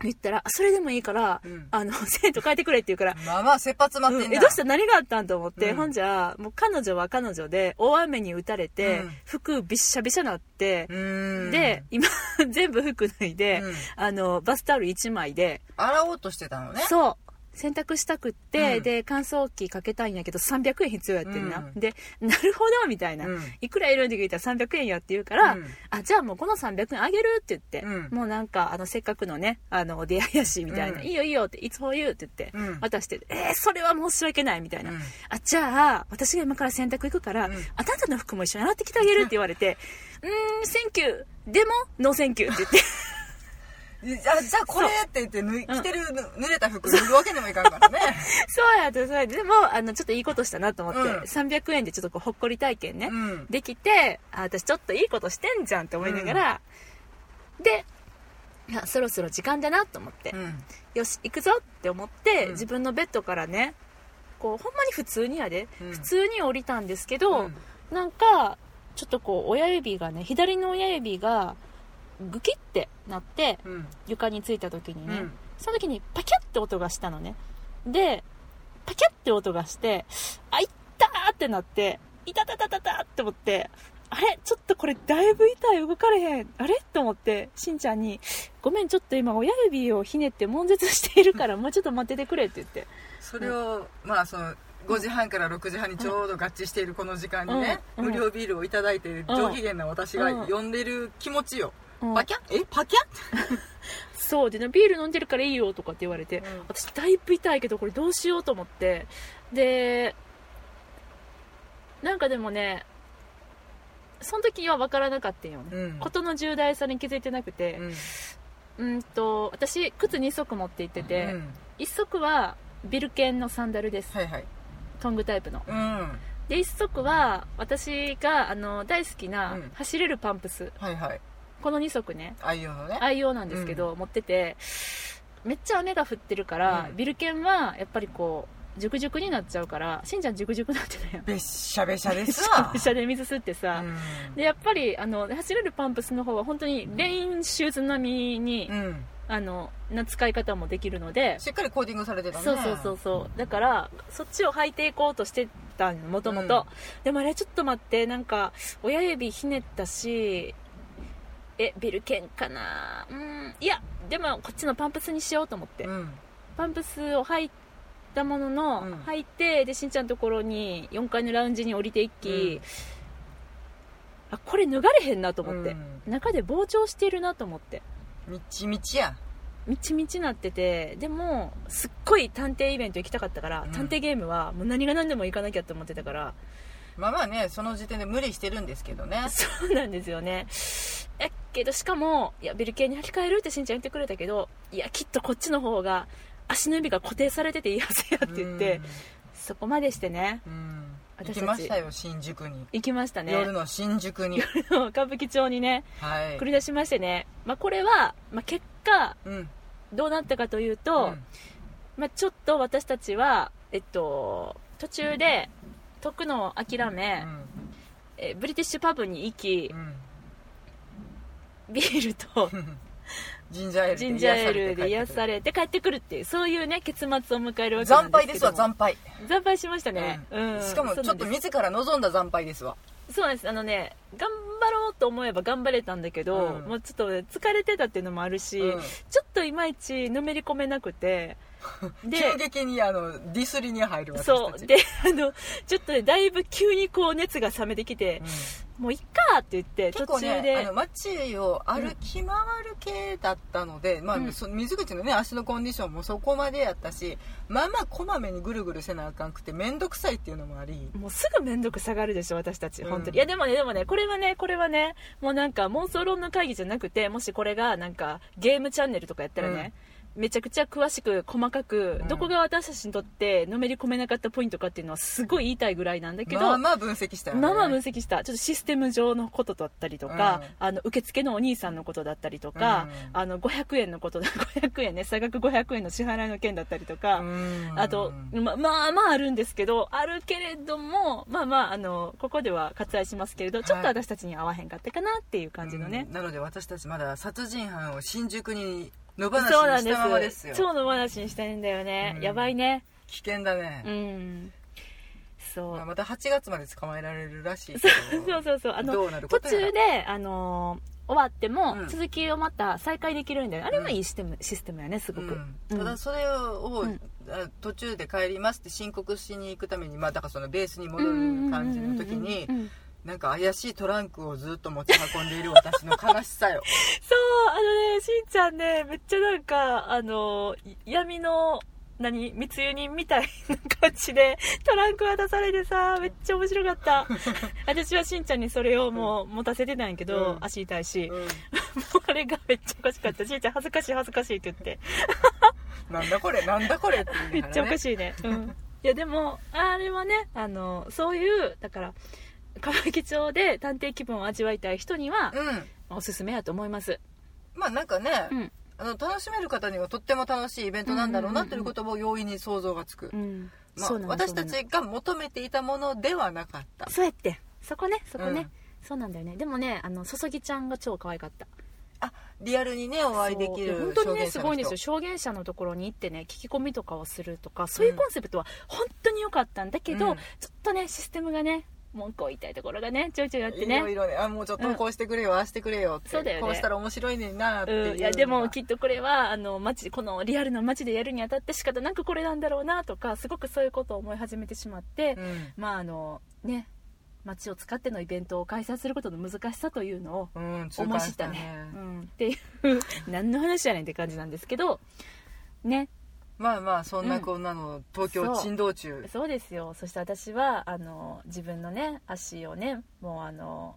S1: 言ったら「あそれでもいいから、
S2: うん
S1: あの千円と変えてくれ」って言うから
S2: まあまあ切羽詰まってん
S1: うん
S2: な、
S1: えどうした何があったんと思って、
S2: うん
S1: ほんじゃもう彼女は彼女で大雨に打たれて、
S2: うん
S1: 服びっしゃびしゃなって、
S2: うん
S1: で今 全部服脱いで、
S2: うん
S1: あのバスタオル1枚で、
S2: 洗おうとしてたのね
S1: そう洗濯したくって、
S2: うん
S1: で乾燥機かけたいんやけど300円必要やってんな、
S2: うん
S1: でなるほどみたいな、
S2: うん
S1: いくらいるんで聞いたら300円やって言うから、
S2: うん
S1: あじゃあもうこの300円あげるって言って、
S2: うん
S1: もうなんかあのせっかくのねあの出会いやしみたいな、
S2: うん
S1: いいよいいよって「いつ for you」って言って、
S2: うん
S1: 渡して「えー、それは申し訳ない」みたいな、
S2: うん
S1: あじゃあ私が今から洗濯行くから、
S2: うん
S1: あなたの服も一緒に洗ってきてあげるって言われ て「うーんセンキューでもノーセンキュー」って言って
S2: えじゃあじゃあこれって言ってぬい
S1: うん
S2: 着てるぬ濡れた服脱ぐわけにもいかんからね
S1: そうやってそうやってでもあのちょっといいことしたなと思って、
S2: うん
S1: 300円でちょっとこうほっこり体験ね、
S2: うん
S1: できてあ私ちょっといいことしてんじゃんって思いながら、でいやそろそろ時間だなと思って、
S2: うん
S1: よし行くぞって思って、
S2: うん
S1: 自分のベッドからねこうほんまに普通にやで、
S2: うん
S1: 普通に降りたんですけど、
S2: うん
S1: なんかちょっとこう親指がね左の親指がグキってなって
S2: うん
S1: 床についた時に
S2: う
S1: ね、
S2: ん
S1: その時にパキャって音がしたのね。で、パキャって音がして、あ、いったーってなって、いたたたたたって思って、あれちょっとこれだいぶ痛い動かれへん。あれと思って、しんちゃんに、ごめん、ちょっと今親指をひねって悶絶しているから、もうちょっと待っててくれって言って。
S2: それをまあその5時半から6時半にちょうど合致しているこの時間にね、
S1: うん
S2: 無料ビールをいただいて上機嫌な私が呼んでる気持ちよ、
S1: うん
S2: パキャえパキャ
S1: そうで、ね、ビール飲んでるからいいよとかって言われて、
S2: うん
S1: 私だいぶ痛いけどこれどうしようと思ってでなんかでもねその時は分からなかったんよね、
S2: うん
S1: ことの重大さに気づいてなくて
S2: うん
S1: うんと私靴2足持って行ってて、
S2: うん
S1: 1足はビルケンのサンダルです、
S2: はいはい
S1: トングタイプの
S2: うん
S1: で1足は私があの大好きな
S2: うん
S1: 走れるパンプス、
S2: はいはい
S1: この2足ね
S2: 愛用のね
S1: 愛用なんですけど、持っててめっちゃ雨が降ってるから、
S2: うん
S1: ビルケンはやっぱりこうジュクジュクになっちゃうからしんちゃんジュクジュクになってたよ
S2: べっしゃべしゃですわ
S1: 下で水吸ってさ、
S2: うん
S1: でやっぱりあの走れるパンプスの方は本当にレインシューズ並みに、
S2: うん
S1: あのな使い方もできるので、
S2: しっかりコーティングされてたね
S1: そうそうそうそうだからそっちを履いていこうとしてたのもともとでもあれちょっと待ってなんか親指ひねったしえビルケンかなうんいやでもこっちのパンプスにしようと思って、
S2: うん
S1: パンプスを履いたものの、
S2: うん
S1: 履いてでしんちゃんのところに4階のラウンジに降りていき、
S2: うん
S1: あこれ脱がれへんなと思って、
S2: うん
S1: 中で膨張してるなと思って
S2: みちみちや
S1: みちみちなっててでもすっごい探偵イベント行きたかったから、
S2: うん
S1: 探偵ゲームはもう何が何でも行かなきゃと思ってたから
S2: まあまあねその時点で無理してるんですけどね
S1: そうなんですよねえけどしかもいやビル系に履き替えるってしんちゃん言ってくれたけどいやきっとこっちの方が足の指が固定されてていいはずやって言って、そこまでしてね
S2: うんうん
S1: 私
S2: 行
S1: たち
S2: きましたよ新宿に
S1: 行きましたね
S2: 夜の新宿に
S1: 歌舞伎町にね
S2: はい
S1: 繰り出しましてね、まあ、これは、まあ、結果
S2: うん
S1: どうなったかというと、
S2: うん
S1: まあ、ちょっと私たちは、えっと、途中で解くのを諦め、えブリティッシュパブに行き
S2: う、ん
S1: ビールと
S2: うんジンジャーエー ル
S1: ジンジャーエールで
S2: で
S1: 癒
S2: 癒
S1: さ
S2: され
S1: れて帰ってくるっていうそういうね結末を迎えるわ
S2: て
S1: けなん
S2: 惨
S1: で
S2: 敗
S1: す
S2: で
S1: け
S2: す
S1: ど
S2: わ
S1: も
S2: 惨敗
S1: 惨敗しましたね、うん
S2: しかもちょっと
S1: そうなんで
S2: 自ら望んだ惨敗ですわ
S1: すそうなんですあのね頑張ろうと思えば頑張れたんだけど、
S2: うん
S1: もうちょっとね疲れてたっていうのもあるし、
S2: うん
S1: ちょっといまいちのめり込めなく てで
S2: 急激にあのディスりに入るわ
S1: そうであのちょっとねだいぶ急にこう熱が冷めてきて、もういっかって言って
S2: 結
S1: 途
S2: 構
S1: 中
S2: ねあ
S1: で
S2: の街を歩き回る系だったので、ま
S1: うん
S2: あ、そ水口のね足のコンディションもそこまでやったしまあまあこまめにぐるぐるせなあかんくて面倒くさいっていうのもあり
S1: もうすぐ面倒くさがるでしょ私たち
S2: うん
S1: 本当に、いやでもねでもねこれはねこれはねもうなんか妄想論の会議じゃなくてもしこれがなんかゲームチャンネルとかやったらね、めちゃくちゃ詳しく細かく、
S2: うん
S1: どこが私たちにとってのめり込めなかったポイントかっていうのはすごい言いたいぐらいなんだけど、
S2: まあまあ分析したよね
S1: まあまあ分析したちょっとシステム上のことだったりとか、
S2: うん
S1: あの受付のお兄さんのことだったりとか、
S2: うん
S1: あの500円のことだ500円ね差額500円の支払いの件だったりとか、
S2: うん
S1: あとままあまああるんですけどあるけれどもまあまああのここでは割愛しますけれどちょっと
S2: はい
S1: 私たちに合わへんかったかなっていう感じのね
S2: う、んなので私たちまだ殺人犯を新宿に野放しに
S1: そうなん
S2: し
S1: で
S2: たまますですよ
S1: 超の話にしてんだよね、
S2: うん
S1: やばいね
S2: 危険だね、
S1: うんそう
S2: まあ、また8月まで捕まえられるらしいけ
S1: そ
S2: ど
S1: う そうそうそうあの
S2: どうなるこ
S1: 途
S2: とやら
S1: 中で、あのー終わっても、
S2: うん
S1: 続きをまた再開できるんだよあれはいいシステム,、システムやねすごく、
S2: うん
S1: うん
S2: ただそれを、
S1: うん
S2: あ途中で帰りますって申告しに行くためにまあだからそのベースに戻る感じの時に
S1: うんうんうんうん
S2: なんか怪しいトランクをずっと持ち運んでいる私の悲しさよ
S1: そうあのねしんちゃんねめっちゃなんかあのーい闇の何密輸人みたいな感じでトランク渡されてさめっちゃ面白かった私はしんちゃんにそれをもう持たせてたんやけど、
S2: うん
S1: 足痛いし、
S2: う
S1: これがめっちゃおかしかったしんちゃん恥ずかしい恥ずかしいって言って
S2: んなんだこれなんだこれって 言
S1: め
S2: いな
S1: っ
S2: が
S1: ちゃ
S2: ら
S1: お
S2: ね
S1: かしいね、うん、いやでもあれはねあのそういうだから川木町で探偵気分を味わいたい人には
S2: うん
S1: おすすめやと思います、
S2: まあなんかね、
S1: うん
S2: あの楽しめる方にはとっても楽しいイベントなんだろうなということも容易に想像がつく、
S1: うん
S2: まあ、
S1: そうなんだ
S2: 私
S1: そうな
S2: た
S1: んだ
S2: ちが求めていたものではなかった
S1: そうやってそこねそこね、
S2: うん
S1: そうなんだよねでもねあの注ぎちゃんが超可愛かった
S2: あリアルにねお会いでき
S1: そういや
S2: る
S1: 本当にね
S2: 証
S1: す
S2: 言者の
S1: ごい
S2: 人
S1: んですよ証言者のところに行ってね聞き込みとかをするとかそういうコンセプトは本当に良かったんだけど、
S2: うん
S1: ちょっとねシステムがね文句を言いたいところがねちょいちょいあってね
S2: いろいろねあもうちょっとこうしてくれよ、ああしてくれよって
S1: そうだよね
S2: こうしたら面白いねんなっていうのが、
S1: うん、いやでもきっとこれはあの街このリアルな街でやるにあたって仕方なくこれなんだろうなとかすごくそういうことを思い始めてしまって、
S2: うん
S1: まああのね街を使ってのイベントを開催することの難しさというのを
S2: うん、痛
S1: 思い
S2: 感
S1: 知っ
S2: したた
S1: ね
S2: ね
S1: うん、っていう何の話やねんって感じなんですけどね
S2: まあまあそんなこんなの、東京珍道中
S1: そうですよそして私はあの自分のね足をねもうあの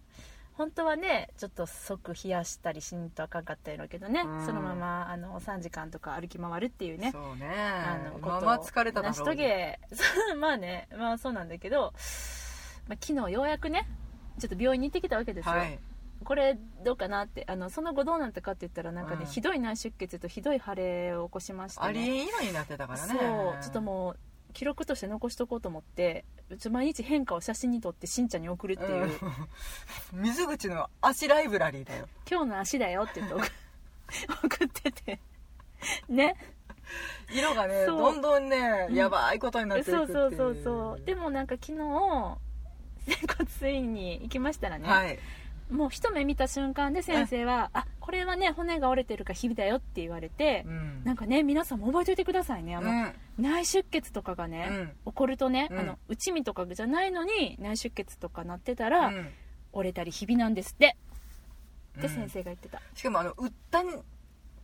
S1: 本当はねちょっと即冷やしたりしんとあかんかったやろうけどね、
S2: うん
S1: そのままあの3時間とか歩き回るっていうね
S2: そうね
S1: あの
S2: まあまあ疲れただ
S1: 成し
S2: ろう
S1: 遂げそう まあねまあそうなんだけど、まあ、昨日ようやくねちょっと病院に行ってきたわけですよ、
S2: はい
S1: これどうかなってあのその後どうなったかって言ったらなんかね、
S2: うん
S1: ひどい内出血とひどい腫れを起こしまして、ね、
S2: ありえん以内になってたからね
S1: そうちょっともう記録として残しとこうと思ってうち毎日変化を写真に撮ってしんちゃんに送るっていう、
S2: うん水口の足ライブラリーだよ
S1: 今日の足だよって言っ て送送っててね
S2: 色がね
S1: そう
S2: どんどんね
S1: うん
S2: やばいことになっていく
S1: そ
S2: っ
S1: う
S2: てい
S1: そうそうそうで
S2: も
S1: もなんか昨日整骨院に行きましたらね、
S2: はい
S1: もう一目見た瞬間で先生は「あこれはね骨が折れてるからひびだよ」って言われて、
S2: うん
S1: なんかね皆さんも覚えておいてくださいねあの、
S2: うん
S1: 内出血とかがね、
S2: うん
S1: 起こるとね、
S2: うん
S1: あの内身とかじゃないのに内出血とかなってたら、
S2: うん
S1: 折れたりひびなんですってって
S2: うん
S1: 先生が言ってた、
S2: しかもあの打ったん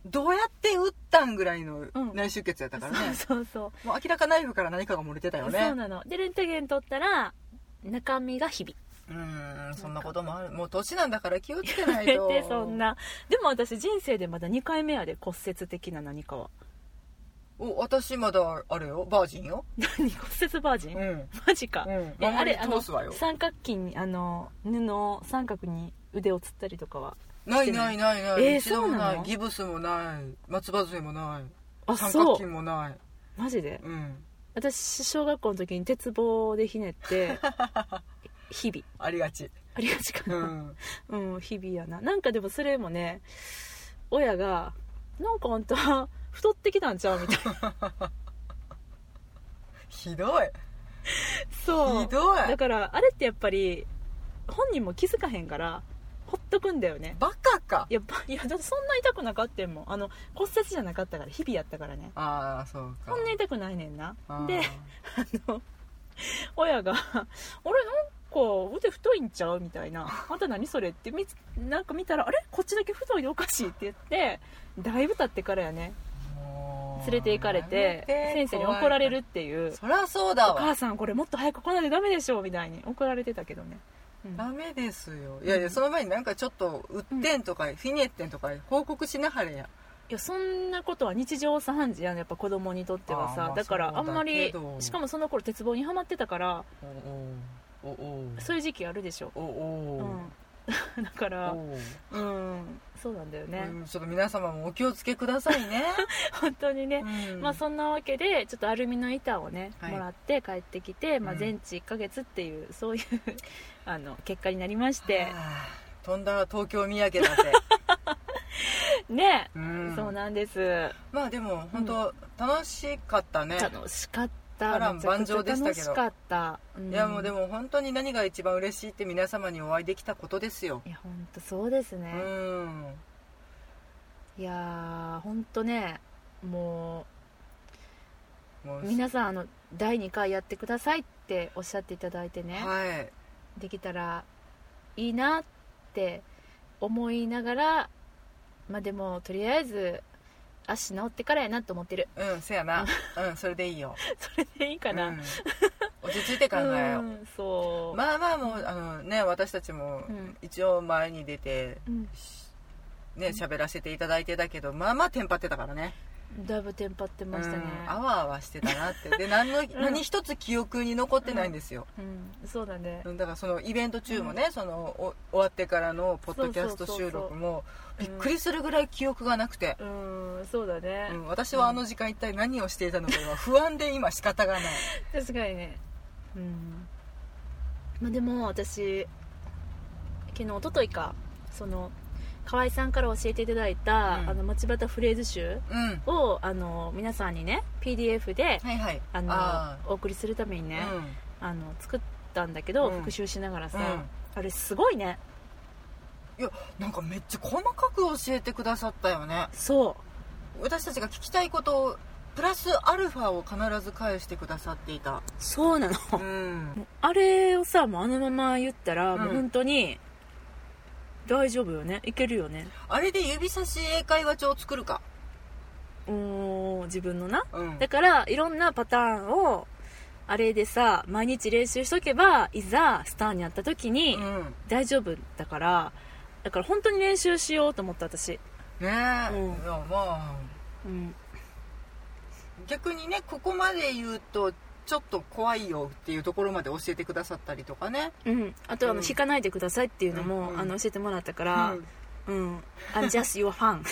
S2: どうやって打ったんぐらいの
S1: うん
S2: 内出血やったから
S1: そう
S2: ね、
S1: そうそう、
S2: もう明らかナイフから何かが漏れてたよ
S1: そう
S2: ね
S1: なのでレントゲン取ったら中身がひび
S2: うーんそんなこともあるもう年なんだから気をつけない と
S1: でそんなでも私人生でまだ2回目やで骨折的な何かは
S2: お私まだあれよバージンよ
S1: 何骨折バージン、
S2: うん
S1: マジか、
S2: うん
S1: えあ
S2: 守
S1: れ
S2: り
S1: あ
S2: 通
S1: の
S2: すわよ
S1: 三角筋にあの布を三角に腕をつったりとかは
S2: ないないないない、
S1: えー
S2: 一度も
S1: そうな
S2: な
S1: の
S2: いギブスもない松葉杖もない
S1: あ
S2: 三角
S1: そ
S2: 筋
S1: う
S2: もない
S1: マジで
S2: うん
S1: 私小学校の時に鉄棒でひねって 日々
S2: ありがち
S1: ありがちか
S2: う
S1: な、
S2: ん
S1: うん、日々やななんかでもそれもね親が「なんかあんた太ってきたんちゃう?」みたいな
S2: ひどい
S1: そう
S2: ひどい
S1: だからあれってやっぱり本人も気づかへんからほっとくんだよね
S2: バカか
S1: いやばいやだってそんな痛くなかったもんあの骨折じゃなかったから日々やったからね
S2: ああそうか
S1: そんな痛くないねんな
S2: あー
S1: で親が 「俺なんか腕太いんちゃう?」みたいな「あんた何それ?」ってみなんか見たら「あれこっちだけ太いでおかしい」って言ってだいぶ経ってからやね
S2: もう
S1: 連れて行かれて
S2: やめ
S1: 先生に怒られるってい
S2: 怖
S1: う
S2: いそりゃそう
S1: 「
S2: だ
S1: お母
S2: わ
S1: さんこれもっと早く来ないとダメでしょ」みたいに怒られてたけどね、うん
S2: ダメですよいやいやその前になんかちょっとうってんとか、フィネってんとか報告しなはれや
S1: いやそんなことは日常茶飯事やんやっぱ子供にとっては
S2: あー
S1: さ
S2: まあ
S1: だからあんま
S2: そうだけ
S1: り
S2: ど
S1: しかもその頃鉄棒にはまってたから
S2: おおおお
S1: そういう時期あるでしょ、
S2: おお
S1: うん、 だか
S2: お
S1: ら
S2: お
S1: うんそうなんだよね、
S2: うんちょっと皆様もお気をつけください ね、
S1: 本当にね
S2: うん
S1: まあそんなわけでちょっとアルミの板をね、
S2: はい
S1: もらって帰ってきて、まあ、
S2: うん
S1: 全治1ヶ月っていう、そういうあの結果になりまして
S2: はあ飛んだ東京土産だ ぜ、
S1: ね、
S2: うん
S1: そうなんです
S2: まあでも本当楽しかったね、
S1: 楽しかった
S2: 波乱万丈でした
S1: め
S2: け
S1: ち
S2: ど
S1: ゃくちゃ楽しかった、うん
S2: いやもうでも本当に何が一番嬉しいって皆様にお会いできたことですよ、
S1: いや本当そうですね、
S2: うん
S1: いやー本当ねも
S2: もう
S1: う皆さんあの第2回やってくださいっておっしゃっていただいてね、
S2: はい
S1: できたらいいなって思いながらまあでもとりあえず足治ってからやなと思ってる
S2: うんせやなうんそれでいいよ
S1: それでいいかな、
S2: うん落ち着いて考えよう、
S1: うんそう、
S2: まあまあもうあのね私たちも
S1: うん
S2: 一応前に出て
S1: うん
S2: しね喋らせていただいてだけどまあまあテンパってたからね
S1: だいぶテンパってましたね
S2: うんあわあわしてたなってで何の、何一つ記憶に残ってないんですよ、
S1: うん、そうだね
S2: だからそのイベント中もね、そのお終わってからのポッドキャスト
S1: そうそうそう
S2: 収
S1: そう
S2: 録も
S1: うん
S2: びっくりするぐらい記憶がなくて、
S1: うんそうだね、
S2: うん私はあの時間一体何をしていたのかは不安で今仕方がない
S1: 確かにねうんまあでも私昨日一昨日かその河合さんから教えていただいた、
S2: うん
S1: あの町端フレーズ集
S2: うん
S1: をあの皆さんにね PDF で
S2: はいはい
S1: あの
S2: あ
S1: お送りするために
S2: ー
S1: ね、
S2: うん
S1: あの作ったんだけど、
S2: うん
S1: 復習しながらさ、
S2: うん
S1: あれすごいね
S2: なんかめっちゃ細かく教えてくださったよね
S1: そ
S2: 私たちが聞きたいことをプラスアルファを必ず返してくださって いた
S1: うそうなの
S2: うん
S1: もうあれをさもうあのまま言ったら、
S2: うん
S1: もう本当に大丈夫よねいけるよね
S2: あれで指差し英会話帳を作るか
S1: うーん自分のな
S2: うん
S1: だからいろんなパターンをあれでさ毎日練習しとけばいざスターになった時に
S2: うん
S1: 大丈夫だからだから本当に練習しようと思った私、
S2: ねえ、いや
S1: うん
S2: まあ
S1: うん、
S2: 逆にねここまで言うとちょっと怖いよっていうところまで教えてくださったりとかね、
S1: うん、あとはあの、
S2: うん
S1: 引かないでくださいっていうのも、
S2: うんうん
S1: あの教えてもらったか
S2: う
S1: ら
S2: ん、
S1: うん「I'm just your fan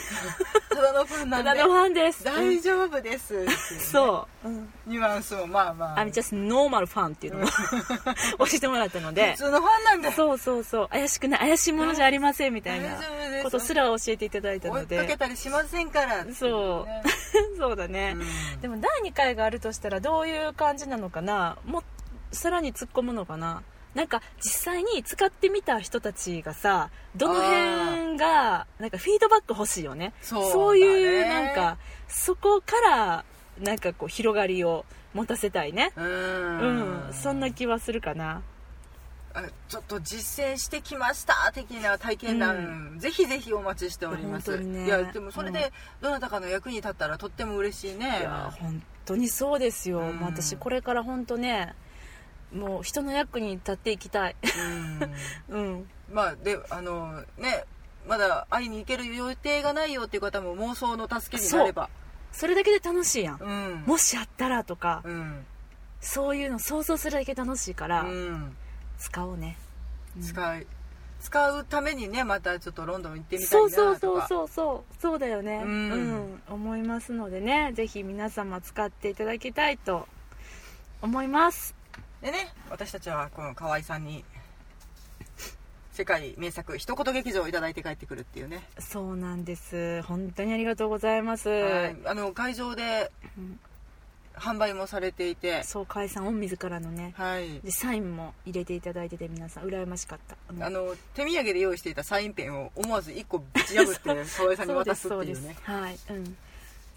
S2: ただのファン」な ん
S1: ただ
S2: で
S1: のファンです
S2: 大丈夫です、う
S1: そう、うん
S2: ニュアンスもまあまあ
S1: I'm just normal fan っていうのも 教えてもらったので
S2: 普通のファンなんで
S1: そうそうそう怪しくない怪しいものじゃありませんみたい
S2: 大
S1: な
S2: 丈夫です
S1: ことすら教えていただいた
S2: 追
S1: の
S2: いかけ
S1: で
S2: たりしませんから
S1: そう
S2: ね
S1: そうだね、
S2: うん
S1: でも第2回があるとしたらどういう感じなのかなもうさらに突っ込むのかななんか実際に使ってみた人たちがさどの辺がなんかフィードバック欲しいよね
S2: そうだね
S1: そういうなんかそこからなんかこう広がりを持たせたいね
S2: う
S1: うん
S2: ん、
S1: そんな気はするかな
S2: あちょっと実践してきました的な体験談、ぜひぜひお待ちしております
S1: いや本当にね
S2: いやでもそれでどなたかの役に立ったらとっても嬉しいね
S1: いや本当にそうですよ、
S2: うん
S1: もう私これから本当ねもう人の役に立っていきたい うん
S2: うん まあであのねまだ会いに行ける予定がないよっていう方も妄想の助けになれば
S1: それだけで楽しいやん、
S2: うん
S1: もしあったらとか、
S2: うん、
S1: そういうの想像するだけ楽しいから、
S2: うん、
S1: 使おうね、うん
S2: 使い使うためにねまたちょっとロンドン行ってみたい
S1: そ
S2: な
S1: う
S2: と
S1: そうそ
S2: か
S1: うそうそうそうだよねう
S2: うんん、
S1: 思いますのでねぜひ皆様使っていただきたいと思います
S2: でね私たちはこの河合さんに世界名作一言劇場をいただいて帰ってくるっていうね
S1: そうなんです本当にありがとうございます、
S2: はい、あの会場で
S1: うん
S2: 販売もされていて、
S1: そう解散を自らのね
S2: はい、
S1: でサインも入れていただいてて皆さん羨ましかった
S2: あの手土産で用意していたサインペンを思わず1個ぶち破って河合さんに
S1: そうで
S2: 渡
S1: す
S2: すっ
S1: そう
S2: て
S1: で
S2: いう
S1: す
S2: ね
S1: はいうん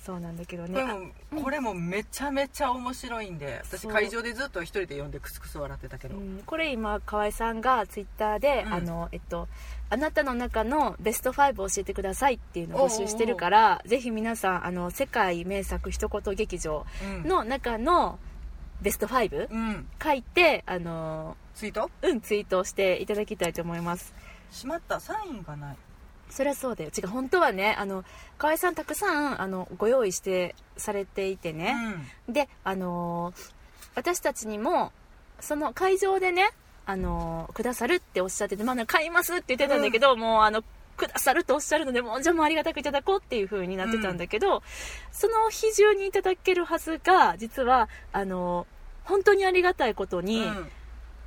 S1: そうなんだけど
S2: これ
S1: ね
S2: もこれもめちゃめちゃ面白いんで私
S1: そう
S2: 会場でずっと一人で読んでクスクス笑ってたけど、
S1: うん、これ今河合さんがツイッターで、
S2: うん
S1: あのえっと「あなたの中のベスト5を教えてください」っていうのを募集してるからぜひ皆さんあの世界名作一言劇場
S2: うん
S1: の中のベスト5
S2: うん、
S1: 書いてあの
S2: ツイート
S1: うんツイートしていただきたいと思います
S2: しまったサインがない
S1: そりゃそうだよ違う本当はねあの河合さんたくさんあのご用意してされていてね、であのー私たちにもその会場でねあのーくださるっておっしゃってて、まあ、買いますって言ってたんだけど、もうあのくださるとおっしゃるのでもうじゃあもうありがたくいただこうっていう風になってたんだけど、その日中にいただけるはずが実はあのー本当にありがたいこと
S2: うん
S1: に、
S2: うん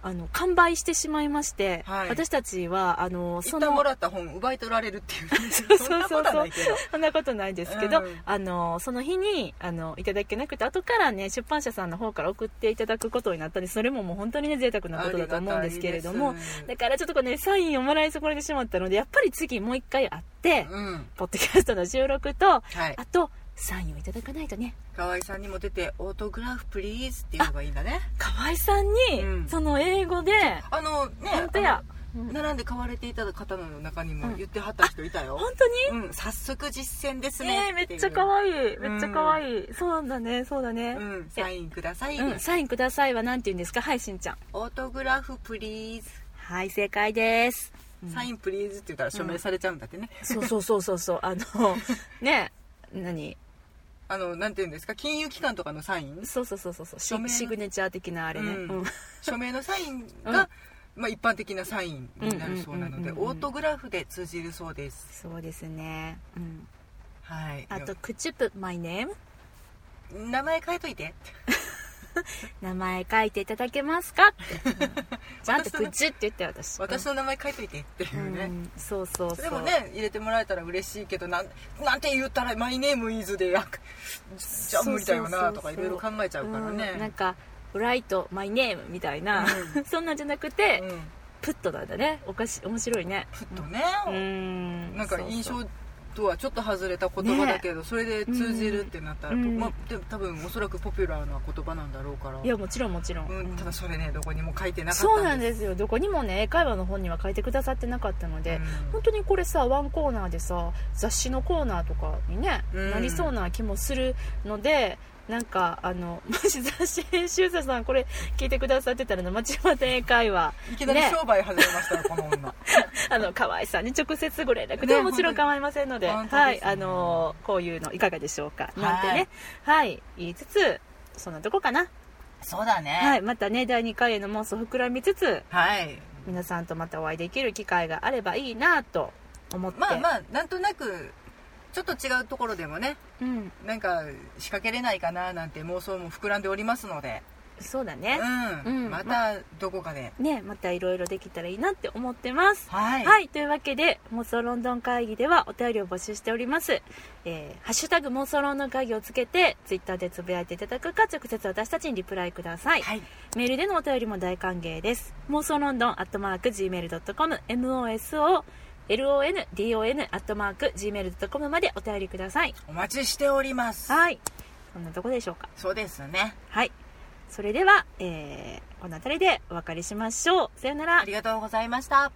S1: あの完売してしまいまして、
S2: はい
S1: 私たちはあの
S2: 一
S1: そ
S2: 旦
S1: の
S2: もらった本奪い取られるってい う
S1: そうそうそう
S2: そんなことはないけど
S1: そんなことないですけど、
S2: うん
S1: あのその日にあのいただけなくて後からね出版社さんの方から送っていただくことになったりそれももう本当にね贅沢なことだと思うんですけれども
S2: ありがたい
S1: だ
S2: で
S1: からちょっとこれねサインをもらい損ねてしまったのでやっぱり次もう一回会って、
S2: すうん
S1: ポッドキャストの収録とあ
S2: はい
S1: とサインをいただかないとね
S2: 河合さんにも出て「オートグラフプリーズ」っていうのがいいんだね
S1: 河合さんに、
S2: うん
S1: その英語で
S2: あのね
S1: 本当や、う
S2: あの
S1: ん
S2: 並んで買われていた方の中に
S1: う
S2: も
S1: ん
S2: 言ってはった人いたよ、
S1: 本当に
S2: うん、早速実践ですね
S1: えー、めっちゃ可愛いめっちゃ可愛い、そうなんだねそうだね、
S2: うん、サインください、
S1: うん、サインくださいはなんて言うんですかはいしんちゃん
S2: オートグラフプリーズ、
S1: はい正解です、
S2: サインプリーズって言ったら署名されちゃうんだってね、
S1: そうそうそうそうそうあ のね何
S2: あのなんていうんですか金融機関とかのサイン
S1: そうそうそうそうそうシ
S2: 署名の
S1: シグネチャー的なあれね、
S2: うん
S1: うん
S2: 署名のサインが、まあ、一般的なサインになるそうなので、
S1: うんうんうんうん
S2: オートグラフで通じるそうです
S1: そうですね、うん、
S2: はい
S1: あと「クチュプ my name
S2: 名前変えといて」
S1: 名前書いていただけますかって、うんちゃんと「
S2: 私の
S1: クチュ」って言って私、
S2: 私の名前書いといてっていううんね、
S1: うんそうそうそう
S2: でもね入れてもらえたら嬉しいけどなんなんて言ったら「マイネームイズ」でやくじゃあ無理だよなとかいろいろ考えちゃうから
S1: うんなん
S2: ね
S1: か「write my name」みたいな、 そんなんじゃなくて、
S2: うん
S1: プットなんだねおかし面白いね
S2: ふっとね、
S1: うん
S2: なん
S1: そ
S2: か
S1: うそう
S2: 印象とはちょっと外れた言葉だけど、それで通じるってなったら、
S1: うん
S2: まあ、でも多分おそらくポピュラーな言葉なんだろうから
S1: いやもちろんもちろん、
S2: うん、ただそれねどこにも書いてなかった
S1: そうなん
S2: で
S1: ですよどこにもね英会話の本には書いてくださってなかったので、本当にこれさワンコーナーでさ雑誌のコーナーとかにね、
S2: うん
S1: なりそうな気もするのでなんかあの もし雑誌編集者さんこれ聞いてくださってたらの町まで英会話
S2: うんいきなり
S1: ね
S2: 商売始めましたよ、この女
S1: あの河合さんに直接ご連絡で
S2: ね
S1: ももちろん構いませんので,、
S2: 本当
S1: は
S2: 本当で
S1: い
S2: すね
S1: あのこういうのいかがでしょうか
S2: い
S1: なんてねはい言いつつそんなとこかな、
S2: そうだね
S1: はい、またね第2回への妄想膨らみつつ
S2: はい、
S1: 皆さんとまたお会いできる機会があればいいなと思って
S2: まあまあなんとなくちょっと違うところでもね
S1: うん
S2: なんか仕掛けれないかななんて妄想も膨らんでおりますので、
S1: そうだね、
S2: うん
S1: うん
S2: またどこかで、
S1: ねまたいろいろできたらいいなって思ってます
S2: は、
S1: はいい、というわけで妄想ロンドン会議ではお便りを募集しております「えーハッシュタグ妄想ロンドン会議」をつけてツイッターでつぶやいていただくか直接私たちにリプライください、
S2: はい
S1: メールでのお便りも大歓迎です妄想ロンドンアットマーク Gmail.com MOSO LONDON アットマーク Gmail.com までお便りください
S2: お待ちしております
S1: はいこんなとこでしょうか
S2: そうですね
S1: はいそれでは、えーこの辺りでお別れしましょうさよなら
S2: ありがとうございました